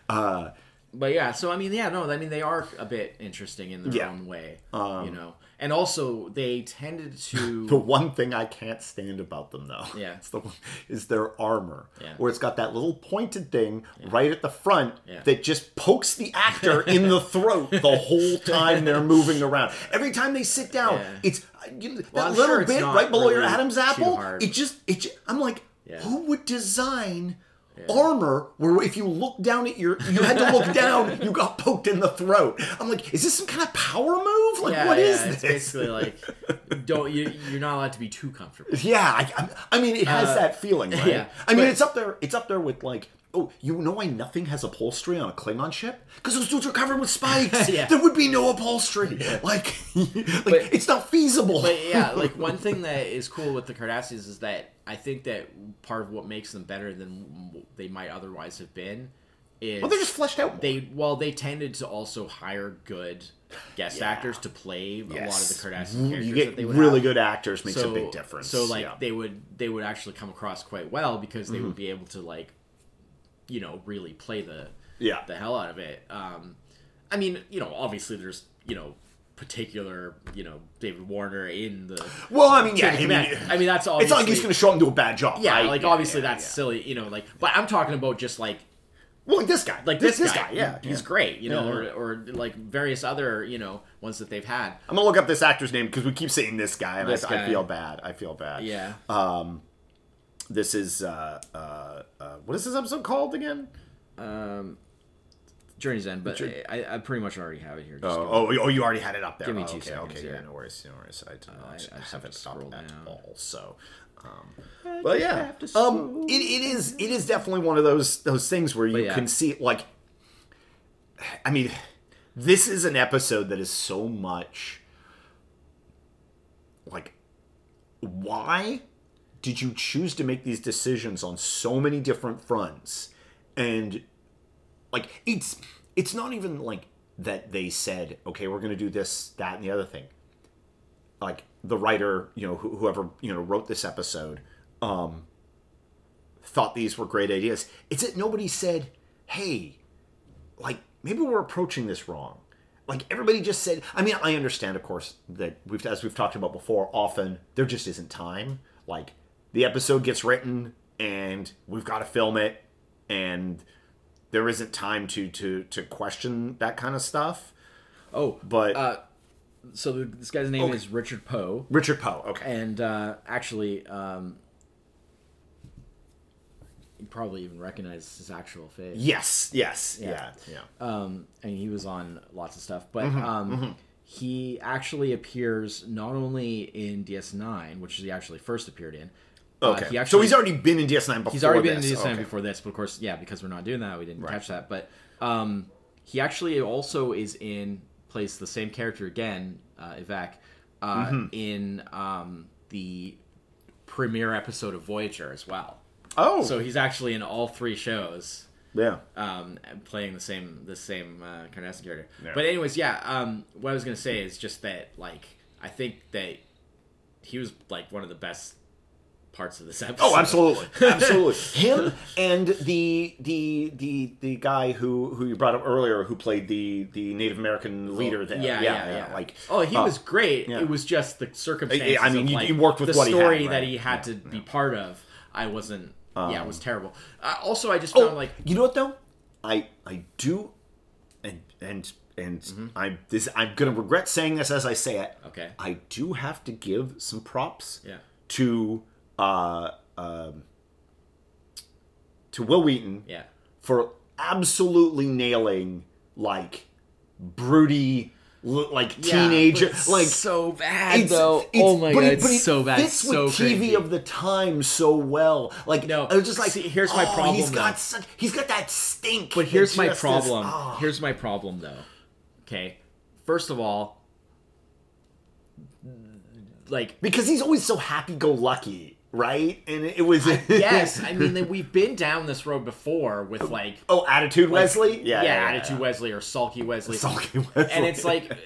S1: Uh,
S2: but yeah, so I mean, yeah, no, I mean they are a bit interesting in their
S1: Yeah. Um,
S2: own way, you know. And also, they tended to
S1: the one thing I can't stand about them, though.
S2: Yeah.
S1: it's the one- is their armor,
S2: Yeah.
S1: where it's got that little pointed thing right at the front
S2: Yeah.
S1: that just pokes the actor in the throat the whole time they're moving around. Every time they sit down,
S2: Yeah.
S1: it's uh, you, that
S2: I'm
S1: little
S2: sure it's
S1: bit
S2: not
S1: right below your
S2: really
S1: Adam's
S2: too
S1: apple.
S2: hard.
S1: It just, it. Just, I'm like,
S2: Yeah.
S1: who would design? Armor, where if you look down at your, you had to look down, you got poked in the throat. I'm like, is this some kind of power move? Like,
S2: yeah,
S1: what
S2: yeah,
S1: is
S2: it's
S1: this?
S2: basically like don't you you're not allowed to be too comfortable.
S1: Yeah, I, I I mean, it has
S2: Uh,
S1: that feeling, right?
S2: yeah,
S1: I mean,
S2: but-
S1: it's up there. It's up there with like, oh, you know why nothing has upholstery on a Klingon ship? Because those dudes are covered with spikes.
S2: Yeah.
S1: There would be no upholstery. Like, like it's not feasible.
S2: But yeah, like one thing that is cool with the Cardassians is that I think that part of what makes them better than they might otherwise have been is
S1: well, they're just fleshed out. more.
S2: they well they tended to also hire good guest actors to play
S1: Yes.
S2: a lot of the Cardassian characters
S1: you
S2: that
S1: get
S2: they would
S1: really
S2: have.
S1: good actors makes a big difference.
S2: So like
S1: yeah. Mm-hmm.
S2: they would they would actually come across quite well because they would be able to like, you know, really play the
S1: Yeah.
S2: the hell out of it. Um, I mean, you know, obviously there's you know particular you know David Warner in the
S1: well, I mean, yeah,
S2: chain
S1: I
S2: of
S1: mean,
S2: command. I mean that's
S1: it's
S2: obviously
S1: not like he's going to show up and do a bad job.
S2: yeah
S1: right?
S2: like obviously
S1: yeah,
S2: that's silly you know like but I'm talking about just like
S1: yeah. well, like this guy,
S2: like this, guy,
S1: yeah,
S2: he's
S1: yeah.
S2: great you know
S1: Yeah.
S2: or or like various other you know ones that they've had
S1: I'm gonna look up this actor's name because we keep saying this guy, and
S2: This
S1: I, I
S2: guy.
S1: feel bad. I feel bad.
S2: yeah
S1: This is uh, uh, uh, what is this episode called again?
S2: Journey's End but I, I pretty much already have it here just
S1: Oh, oh, oh, you already had it up there.
S2: Give me
S1: oh,
S2: two
S1: okay,
S2: seconds
S1: Okay,
S2: here.
S1: yeah, no worries, no worries. I did
S2: I- I
S1: not
S2: just have
S1: have
S2: to
S1: it up
S2: scroll
S1: at
S2: down.
S1: all. So, um, but yeah, um, it, it is it is definitely one of those those things where you
S2: yeah.
S1: can see like, I mean, this is an episode that is so much like why did you choose to make these decisions on so many different fronts and like it's it's not even like that they said okay we're going to do this that and the other thing like the writer you know who whoever you know wrote this episode um thought these were great ideas it's that nobody said hey like maybe we're approaching this wrong like everybody just said i mean i understand of course that we've as we've talked about before often there just isn't time like the episode gets written and we've got to film it and there isn't time to to to question that kind of stuff
S2: oh
S1: but
S2: Uh, so the, this guy's name is Richard Poe,
S1: richard poe okay
S2: and uh, actually, um, you probably even recognize his actual face.
S1: yes yes yeah
S2: Yeah.
S1: yeah,
S2: Um, and he was on lots of stuff, but um, he actually appears not only in DS9, which he actually first appeared in. uh,
S1: okay
S2: he
S1: so
S2: actually-
S1: he's already been in ds9 before
S2: he's already been
S1: this.
S2: in DS9
S1: okay.
S2: before this, but of course, yeah, because we're not doing that, we didn't catch that. But um, he actually also is in plays the same character again, uh, Evac, uh,
S1: Mm-hmm.
S2: in um, the premiere episode of Voyager as well.
S1: oh
S2: So he's actually in all three shows
S1: yeah
S2: um, playing the same the same uh, Cardassian character.
S1: Yeah.
S2: But anyways, yeah. Um, what I was gonna say is just that like I think that he was like one of the best parts of this episode.
S1: Oh, absolutely, absolutely. Him and the the the the guy who who you brought up earlier, who played the the Native American leader. There,
S2: Oh, Yeah, yeah, yeah.
S1: Like,
S2: oh, he
S1: uh,
S2: was great.
S1: yeah.
S2: It was just the circumstances.
S1: I- I mean,
S2: of,
S1: you-
S2: like,
S1: you worked with
S2: the
S1: what he had,
S2: story
S1: right? Um,
S2: that he had to be part of. I wasn't. yeah, it was terrible.
S1: oh,
S2: Uh, also, I just found like
S1: you know what though? I I do, and and and
S2: Mm-hmm.
S1: I'm this I'm gonna regret saying this as I say it.
S2: Okay.
S1: I do have to give some props
S2: Yeah.
S1: to uh, um, to Will Wheaton
S2: Yeah.
S1: for absolutely nailing like broody l- like teenager like
S2: so bad
S1: it's-
S2: though.
S1: it's-
S2: oh my
S1: but
S2: god,
S1: it-
S2: it's
S1: but it
S2: so bad.
S1: Fits
S2: It's so
S1: with
S2: crazy.
S1: TV of the time so well. Like
S2: No,
S1: I was just like,
S2: see, here's my
S1: oh,
S2: problem,
S1: He's got
S2: though.
S1: such, he's got that stink.
S2: But
S1: that
S2: here's my
S1: just is-
S2: problem.
S1: oh.
S2: Here's my problem though. Okay. First of all, like
S1: because he's always so happy-go-lucky, right? And it was
S2: yes, I mean then we've been down this road before with like
S1: oh, attitude Wesley, yeah,
S2: yeah, attitude Wesley or sulky Wesley.
S1: Sulky Wesley.
S2: And it's like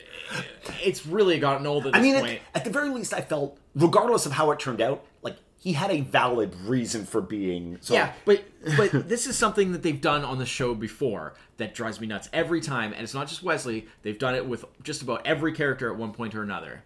S2: it's really gotten old at this
S1: I mean,
S2: point.
S1: at, at the very least, I felt, regardless of how it turned out, like he had a valid reason for being. So
S2: yeah, but but this is something that they've done on the show before that drives me nuts every time, and it's not just Wesley. They've done it with just about every character at one point or another,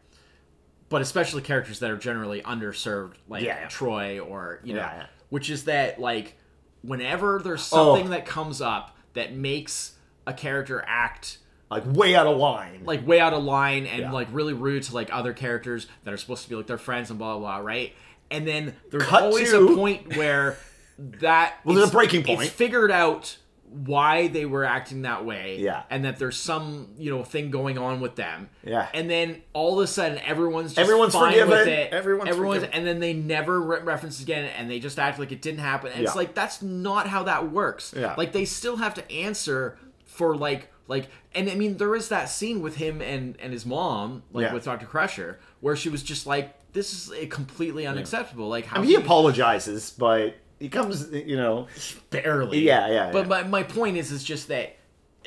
S2: but especially characters that are generally underserved, like
S1: Yeah.
S2: Troy or you know,
S1: Yeah, yeah.
S2: which is that like whenever there's something
S1: Oh.
S2: that comes up that makes a character act
S1: like way out of line.
S2: like way out of line and like really rude to like other characters that are supposed to be like their friends and blah blah, blah right? And then there's
S1: Cut
S2: always
S1: to-
S2: a point where that well,
S1: there's a breaking point.
S2: It's figured out why they were acting that way,
S1: Yeah.
S2: and that there's some you know thing going on with them,
S1: Yeah.
S2: And then all of a sudden everyone's just
S1: Everyone's
S2: fine with
S1: forgiven.
S2: it,
S1: Everyone's forgiven.
S2: and then they never re- reference again, and they just act like it didn't happen. And It's
S1: Yeah.
S2: like that's not how that works.
S1: Yeah.
S2: Like they still have to answer for like like and I mean there is that scene with him and and his mom like
S1: Yeah.
S2: with Dr. Crusher where she was just like this is uh, completely unacceptable. Like how
S1: he
S2: can you-
S1: apologizes, but he comes, you know,
S2: barely.
S1: Yeah, yeah,
S2: But
S1: yeah.
S2: my my point is is just that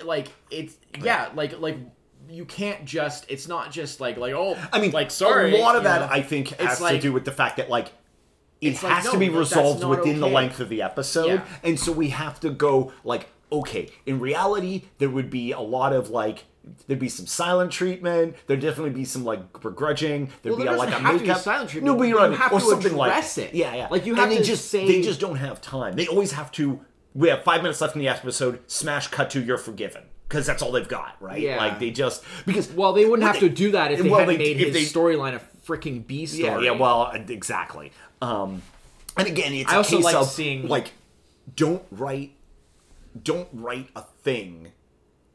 S2: like it's yeah, like like you can't just it's not just like like oh
S1: I mean,
S2: like sorry
S1: A lot of
S2: you
S1: that,
S2: know?
S1: I think, has to
S2: like-
S1: do with the fact that like it
S2: It's like,
S1: has
S2: no,
S1: to be
S2: that- that's
S1: resolved
S2: not
S1: within the
S2: okay.
S1: length of the episode,
S2: Yeah.
S1: and so we have to go like, okay, in reality, there would be a lot of like. There'd be some silent treatment. There'd definitely be some like begrudging. There'd be
S2: Well, there
S1: a, like a
S2: doesn't have to be
S1: makeup.
S2: silent
S1: No,
S2: treatment,
S1: but you know
S2: but
S1: what I
S2: you
S1: mean.
S2: have
S1: or
S2: to
S1: something like
S2: address
S1: that.
S2: it.
S1: Yeah, yeah.
S2: Like, you
S1: And
S2: have
S1: they
S2: to
S1: just
S2: say-
S1: they just don't have time. They always have to. We have five minutes left in the episode. Smash cut to you're forgiven because that's all they've got, right?
S2: Yeah.
S1: Like they just because
S2: well they wouldn't have
S1: they-
S2: to do that if they
S1: well,
S2: hadn't
S1: they-
S2: made
S1: if
S2: his
S1: they-
S2: storyline a freaking B story.
S1: yeah, yeah. Well, exactly. Um, and again, it's
S2: I
S1: a
S2: also
S1: case
S2: like
S1: of
S2: seeing-
S1: like don't write, don't write a thing,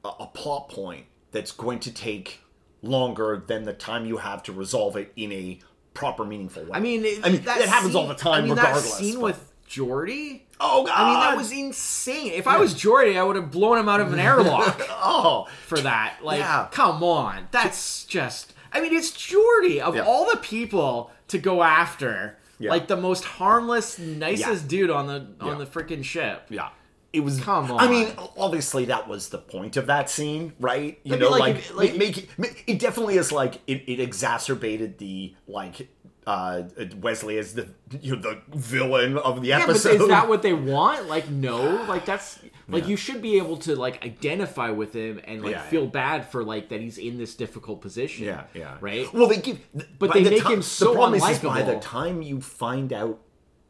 S1: a, a plot point that's going to take longer than the time you have to resolve it in a proper, meaningful way.
S2: I mean, it,
S1: I mean that, happens
S2: scene-
S1: all the time,
S2: I mean,
S1: regardless.
S2: That scene
S1: but-
S2: with Jordy.
S1: oh god,
S2: I mean, that was insane. If I was Jordy, I would have blown him out of an airlock
S1: oh
S2: for that. Like,
S1: Yeah.
S2: come on, that's just. I mean, it's Jordy of
S1: Yeah.
S2: all the people to go after.
S1: Yeah.
S2: Like the most harmless, nicest dude on the on
S1: Yeah.
S2: the freaking ship.
S1: yeah. It was.
S2: Come
S1: I mean,
S2: on. obviously.
S1: obviously, that was the point of that scene, right? You
S2: It'd be
S1: know,
S2: like
S1: like,
S2: if-
S1: ma-
S2: like-
S1: make, ma- it definitely is like it, it exacerbated the like uh Wesley as the you know the villain of the
S2: Yeah, but
S1: episode.
S2: is that what they want? Like, no. Like, that's like you should be able to like identify with him and like
S1: Yeah,
S2: feel
S1: yeah.
S2: bad for like that he's in this difficult position.
S1: yeah, yeah,
S2: Right.
S1: Well, they give, but
S2: they make him so
S1: The problem is, is by the
S2: unlikable.
S1: time you find out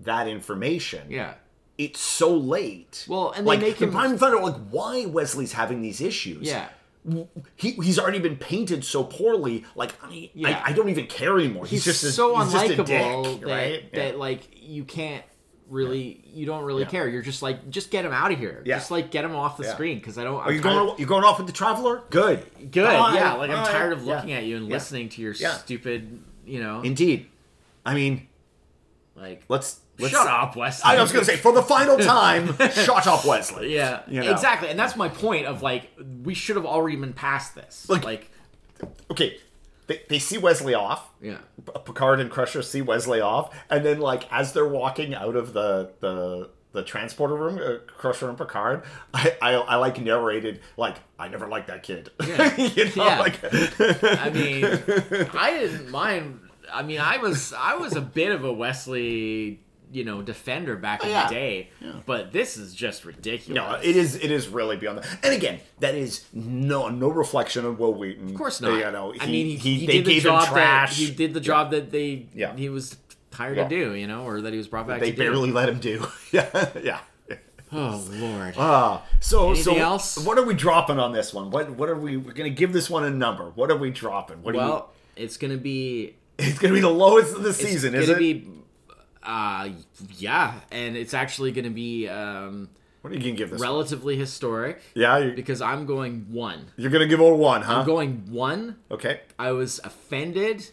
S1: that information,
S2: yeah.
S1: it's so late.
S2: Well, and they
S1: like,
S2: make
S1: the
S2: him-
S1: time find out like why Wesley's having these issues.
S2: Yeah.
S1: he, he's already been painted so poorly. Like I,
S2: Yeah.
S1: I, I don't even care anymore. He's,
S2: he's
S1: just a-
S2: so
S1: he's just a
S2: unlikable
S1: dick,
S2: that,
S1: right? Yeah.
S2: that like you can't really you don't really care you're just like just get him out of here
S1: Yeah.
S2: just like get him off the
S1: Yeah.
S2: screen because i don't
S1: Are you going? You're going off with the traveler? Good.
S2: good
S1: Bye.
S2: yeah like i'm
S1: Bye.
S2: tired of
S1: Yeah.
S2: looking at you and
S1: Yeah.
S2: listening to your
S1: Yeah.
S2: stupid you know
S1: Indeed. I mean,
S2: like
S1: let's, let's
S2: shut up Wes.
S1: I was going to say for the final time, shut up, Wesley.
S2: yeah
S1: You know.
S2: exactly and that's my point of like we should have already been past this
S1: Like-
S2: like
S1: Okay. They, they see Wesley off.
S2: yeah
S1: P- Picard and Crusher see Wesley off, and then like as they're walking out of the the the transporter room, uh, Crusher and Picard, I, I I like narrated like I never liked that kid.
S2: Yeah.
S1: You know,
S2: Yeah.
S1: like-
S2: i mean i didn't mind i mean i was i was a bit of a wesley you know defender back in
S1: yeah.
S2: the day but this is just ridiculous
S1: no, it is it is really beyond that. And again, that is no no reflection on Will Wheaton.
S2: Of course not.
S1: You know, he,
S2: I mean, he,
S1: he,
S2: he
S1: they
S2: did the
S1: gave
S2: job
S1: him trash.
S2: that he did the job that they
S1: Yeah.
S2: he was hired
S1: Yeah.
S2: to do, you know, or that he was brought back
S1: they
S2: to
S1: barely
S2: do.
S1: let him do. yeah, yeah.
S2: Oh lord.
S1: Ah, so so
S2: Anything else?
S1: what are we dropping on this one? What what are we? We're gonna give this one a number. What are we dropping? What do
S2: well, it's gonna be
S1: you? It's gonna be the lowest of the
S2: it's
S1: season,
S2: gonna
S1: is it?
S2: Be, uh, yeah, and it's actually gonna be um,
S1: what are you gonna give this? one?
S2: relatively historic
S1: Yeah, you're,
S2: because I'm going one.
S1: you're gonna give it a one, huh?
S2: I'm going one.
S1: okay.
S2: I was offended.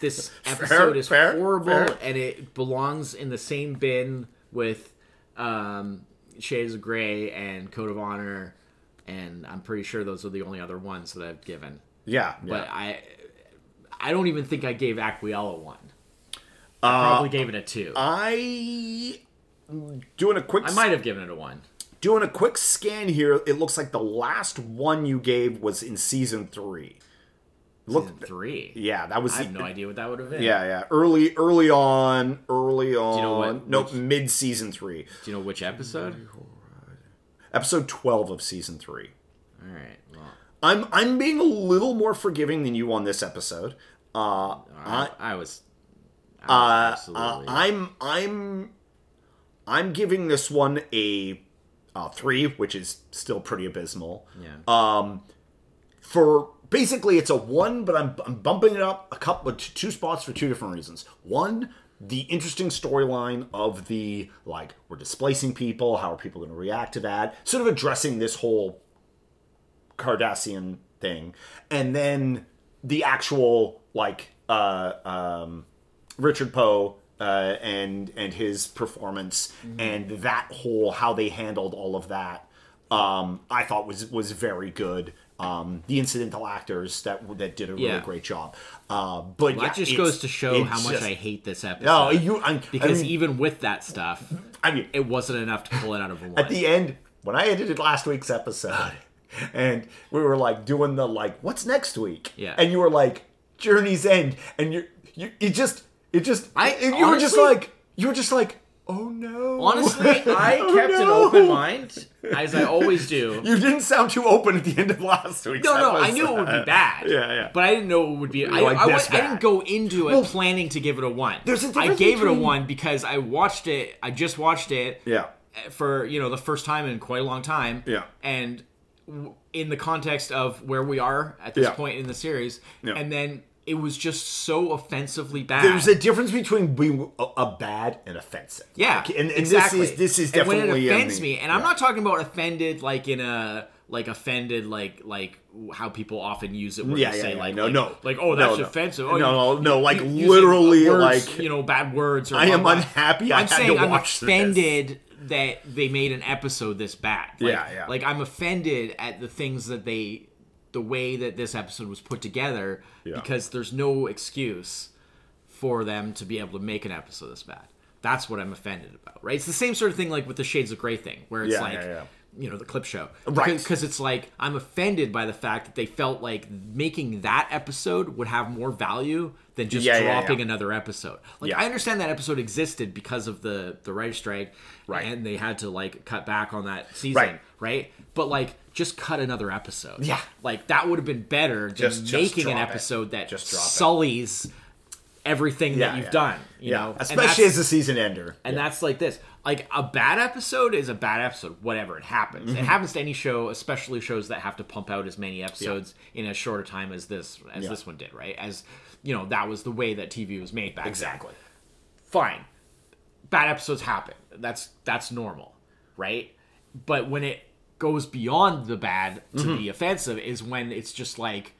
S2: this episode is
S1: fair,
S2: horrible,
S1: fair.
S2: and it belongs in the same bin with um, Shades of Grey and Code of Honor, and I'm pretty sure those are the only other ones that I've given.
S1: Yeah. yeah.
S2: But I, I don't even think I gave Aquiella one. I
S1: Uh,
S2: probably gave it a two.
S1: I doing a quick
S2: I might have given it a one.
S1: doing a quick scan here. It looks like the last one you gave was in season three. Look,
S2: Three.
S1: yeah, that was
S2: I have no idea what that would have been.
S1: yeah, yeah. Early, early on, early on.
S2: know what-
S1: nope,
S2: which-
S1: mid season three,
S2: Do you know which episode?
S1: episode twelve of season three.
S2: All right. Well,
S1: I'm I'm being a little more forgiving than you on this episode. Uh,
S2: I, I was. I was
S1: Uh, uh,
S2: absolutely.
S1: I'm I'm I'm giving this one a, uh three, which is still pretty abysmal.
S2: yeah.
S1: For basically, it's a one, but I'm, I'm bumping it up a couple t- two spots for two different reasons. One, the interesting storyline of the like we're displacing people. How are people going to react to that? Sort of addressing this whole Cardassian thing, and then the actual like uh, um, Richard Poe uh, and and his performance
S2: Mm-hmm.
S1: and that whole how they handled all of that. Um, I thought was was very good. Um, the incidental actors that that did a really
S2: Yeah.
S1: great job. Uh, but
S2: Well,
S1: yeah,
S2: that just
S1: it's-
S2: goes to show
S1: it's
S2: how much
S1: just-
S2: I hate this episode.
S1: No, you. I,
S2: because
S1: I
S2: e
S1: mean,
S2: even with that stuff,
S1: I mean
S2: it wasn't enough to pull it out of a one.
S1: at the end when I edited last week's episode, and we were like doing the like, what's next week?
S2: Yeah.
S1: and you were like, Journey's End, and you you it just it just
S2: I-
S1: and you were just
S2: honestly-
S1: like you were just like, oh no.
S2: Honestly, I
S1: Oh,
S2: kept an
S1: no.
S2: open mind, as I always do.
S1: You didn't sound too open at the end of last week's.
S2: No, no, I
S1: episode.
S2: knew it would be bad.
S1: Yeah, yeah.
S2: But I didn't know it would be. I,
S1: Like
S2: I,
S1: this
S2: wa- I didn't
S1: bad.
S2: go into it
S1: Well,
S2: planning to give it a one.
S1: there's a
S2: I
S1: difference
S2: gave it a
S1: between-
S2: one because I watched it. I just watched it.
S1: Yeah.
S2: For you know the first time in quite a long time.
S1: Yeah.
S2: And w- in the context of where we are at this
S1: Yeah.
S2: point in the series,
S1: Yeah.
S2: and then it was just so offensively bad.
S1: There's a difference between being a, a bad and offensive.
S2: Yeah,
S1: Like, and, and
S2: exactly.
S1: this is this is
S2: And
S1: definitely
S2: when it
S1: on
S2: offends
S1: the-
S2: me, and I'm not talking about offended like in a like offended like like how people often use it. Where
S1: Yeah,
S2: they
S1: yeah,
S2: say
S1: yeah.
S2: like
S1: No,
S2: like,
S1: no.
S2: like oh
S1: No,
S2: that's
S1: no.
S2: offensive. Oh,
S1: No,
S2: you-
S1: no, no, like,
S2: you- using
S1: literally,
S2: words,
S1: like-
S2: you know bad words. Or
S1: I am
S2: blah, blah.
S1: unhappy I
S2: I'm
S1: had
S2: saying
S1: to
S2: I'm
S1: watch this.
S2: offended that they made an episode this bad. Like,
S1: Yeah, yeah.
S2: Like I'm offended at the things that they, the way that this episode was put together,
S1: Yeah.
S2: because there's no excuse for them to be able to make an episode this bad. That's what I'm offended about, right? It's the same sort of thing like with the Shades of Grey thing, where it's
S1: Yeah,
S2: like,
S1: yeah, yeah.
S2: you know, the clip show,
S1: Right.
S2: Because it's like I'm offended by the fact that they felt like making that episode would have more value than just
S1: Yeah, yeah, yeah.
S2: dropping another episode. Like
S1: Yeah.
S2: I understand that episode existed because of the the writer strike,
S1: Right.
S2: And they had to like cut back on that season,
S1: Right.
S2: right? But like, just cut another episode.
S1: Yeah.
S2: like that would have been better than
S1: Just- just
S2: making an
S1: drop it.
S2: episode that
S1: Just drop it.
S2: sullies everything
S1: Yeah,
S2: that you've
S1: yeah.
S2: done. You
S1: Yeah,
S2: know, And
S1: especially
S2: that's-
S1: as a season ender.
S2: and
S1: yeah.
S2: that's like this. Like a bad episode is a bad episode, whatever it happens.
S1: Mm-hmm.
S2: It happens to any show, especially shows that have to pump out as many episodes in as short a time as this as
S1: Yeah.
S2: this one did, right? As you know, that was the way that TV was made back then.
S1: exactly.
S2: Fine. Bad episodes happen. That's that's normal, right? But when it goes beyond the bad to
S1: Mm-hmm.
S2: be offensive is when it's just like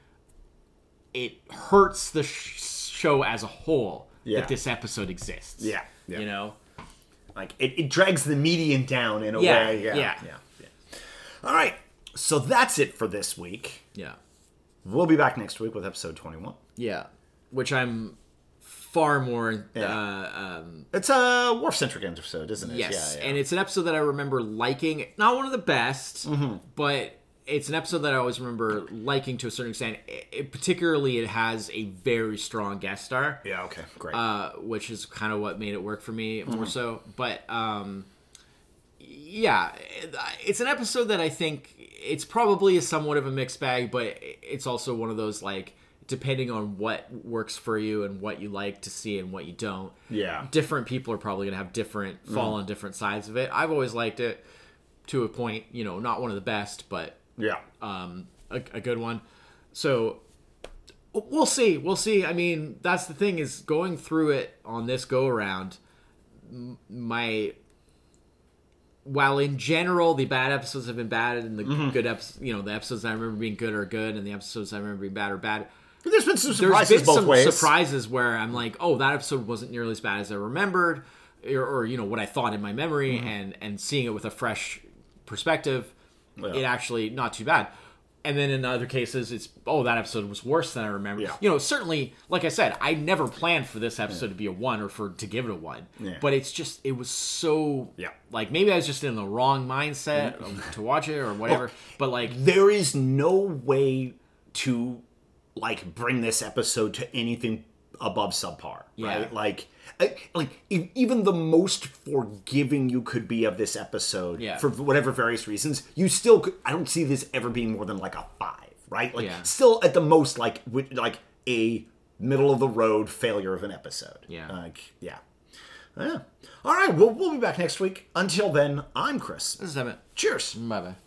S2: it hurts the sh- show as a whole
S1: Yeah.
S2: that this episode exists.
S1: Yeah, yeah.
S2: You know?
S1: Like it, it drags the median down in a
S2: Yeah,
S1: way. Yeah,
S2: yeah.
S1: yeah. All right. So that's it for this week.
S2: Yeah.
S1: We'll be back next week with episode 21.
S2: Yeah, which I'm far more. Uh,
S1: Yeah. it's a Worf centric episode, isn't it?
S2: yes,
S1: Yeah, yeah.
S2: and it's an episode that I remember liking. Not one of the best,
S1: Mm-hmm.
S2: but it's an episode that I always remember liking to a certain extent. It, it- particularly, it has a very strong guest star,
S1: yeah, okay. Great.
S2: uh, which is kind of what made it work for me more so. But um, yeah, it- it's an episode that I think it's probably a somewhat of a mixed bag, but it's also one of those like depending on what works for you and what you like to see and what you don't.
S1: Yeah.
S2: Different people are probably going to have different fall on different sides of it. I've always liked it to a point, you know, not one of the best, but
S1: Yeah.
S2: um, a, a good one. So we'll see. We'll see. I mean, that's the thing is going through it on this go around. m- My while in general the bad episodes have been bad and the good episodes, you know, the episodes I remember being good are good and the episodes I remember being bad are bad.
S1: But there's been some
S2: There's
S1: surprises
S2: been
S1: both
S2: some
S1: ways.
S2: surprises where I'm like, oh, that episode wasn't nearly as bad as I remembered, or, or you know what I thought in my memory,
S1: Mm-hmm.
S2: and and seeing it with a fresh perspective, it actually not too bad. And then in other cases, it's oh that episode was worse than I remember.
S1: Yeah.
S2: You know, certainly, like I said, I never planned for this episode to be a one or for to give it a one.
S1: Yeah.
S2: But it's just it was so
S1: Yeah. Mm-hmm.
S2: Like maybe I was just in the wrong mindset to watch it or whatever. But like
S1: there is no way to like bring this episode to anything above subpar
S2: Yeah.
S1: right like I- like e- even the most forgiving you could be of this episode
S2: Yeah.
S1: for whatever various reasons you still could, i don't see this ever being more than like a five right like
S2: Yeah.
S1: still at the most like with, like a middle of the road failure of an episode
S2: Yeah.
S1: like yeah yeah all right well we'll be back next week until then i'm chris
S2: this is it.
S1: cheers
S2: Bye bye.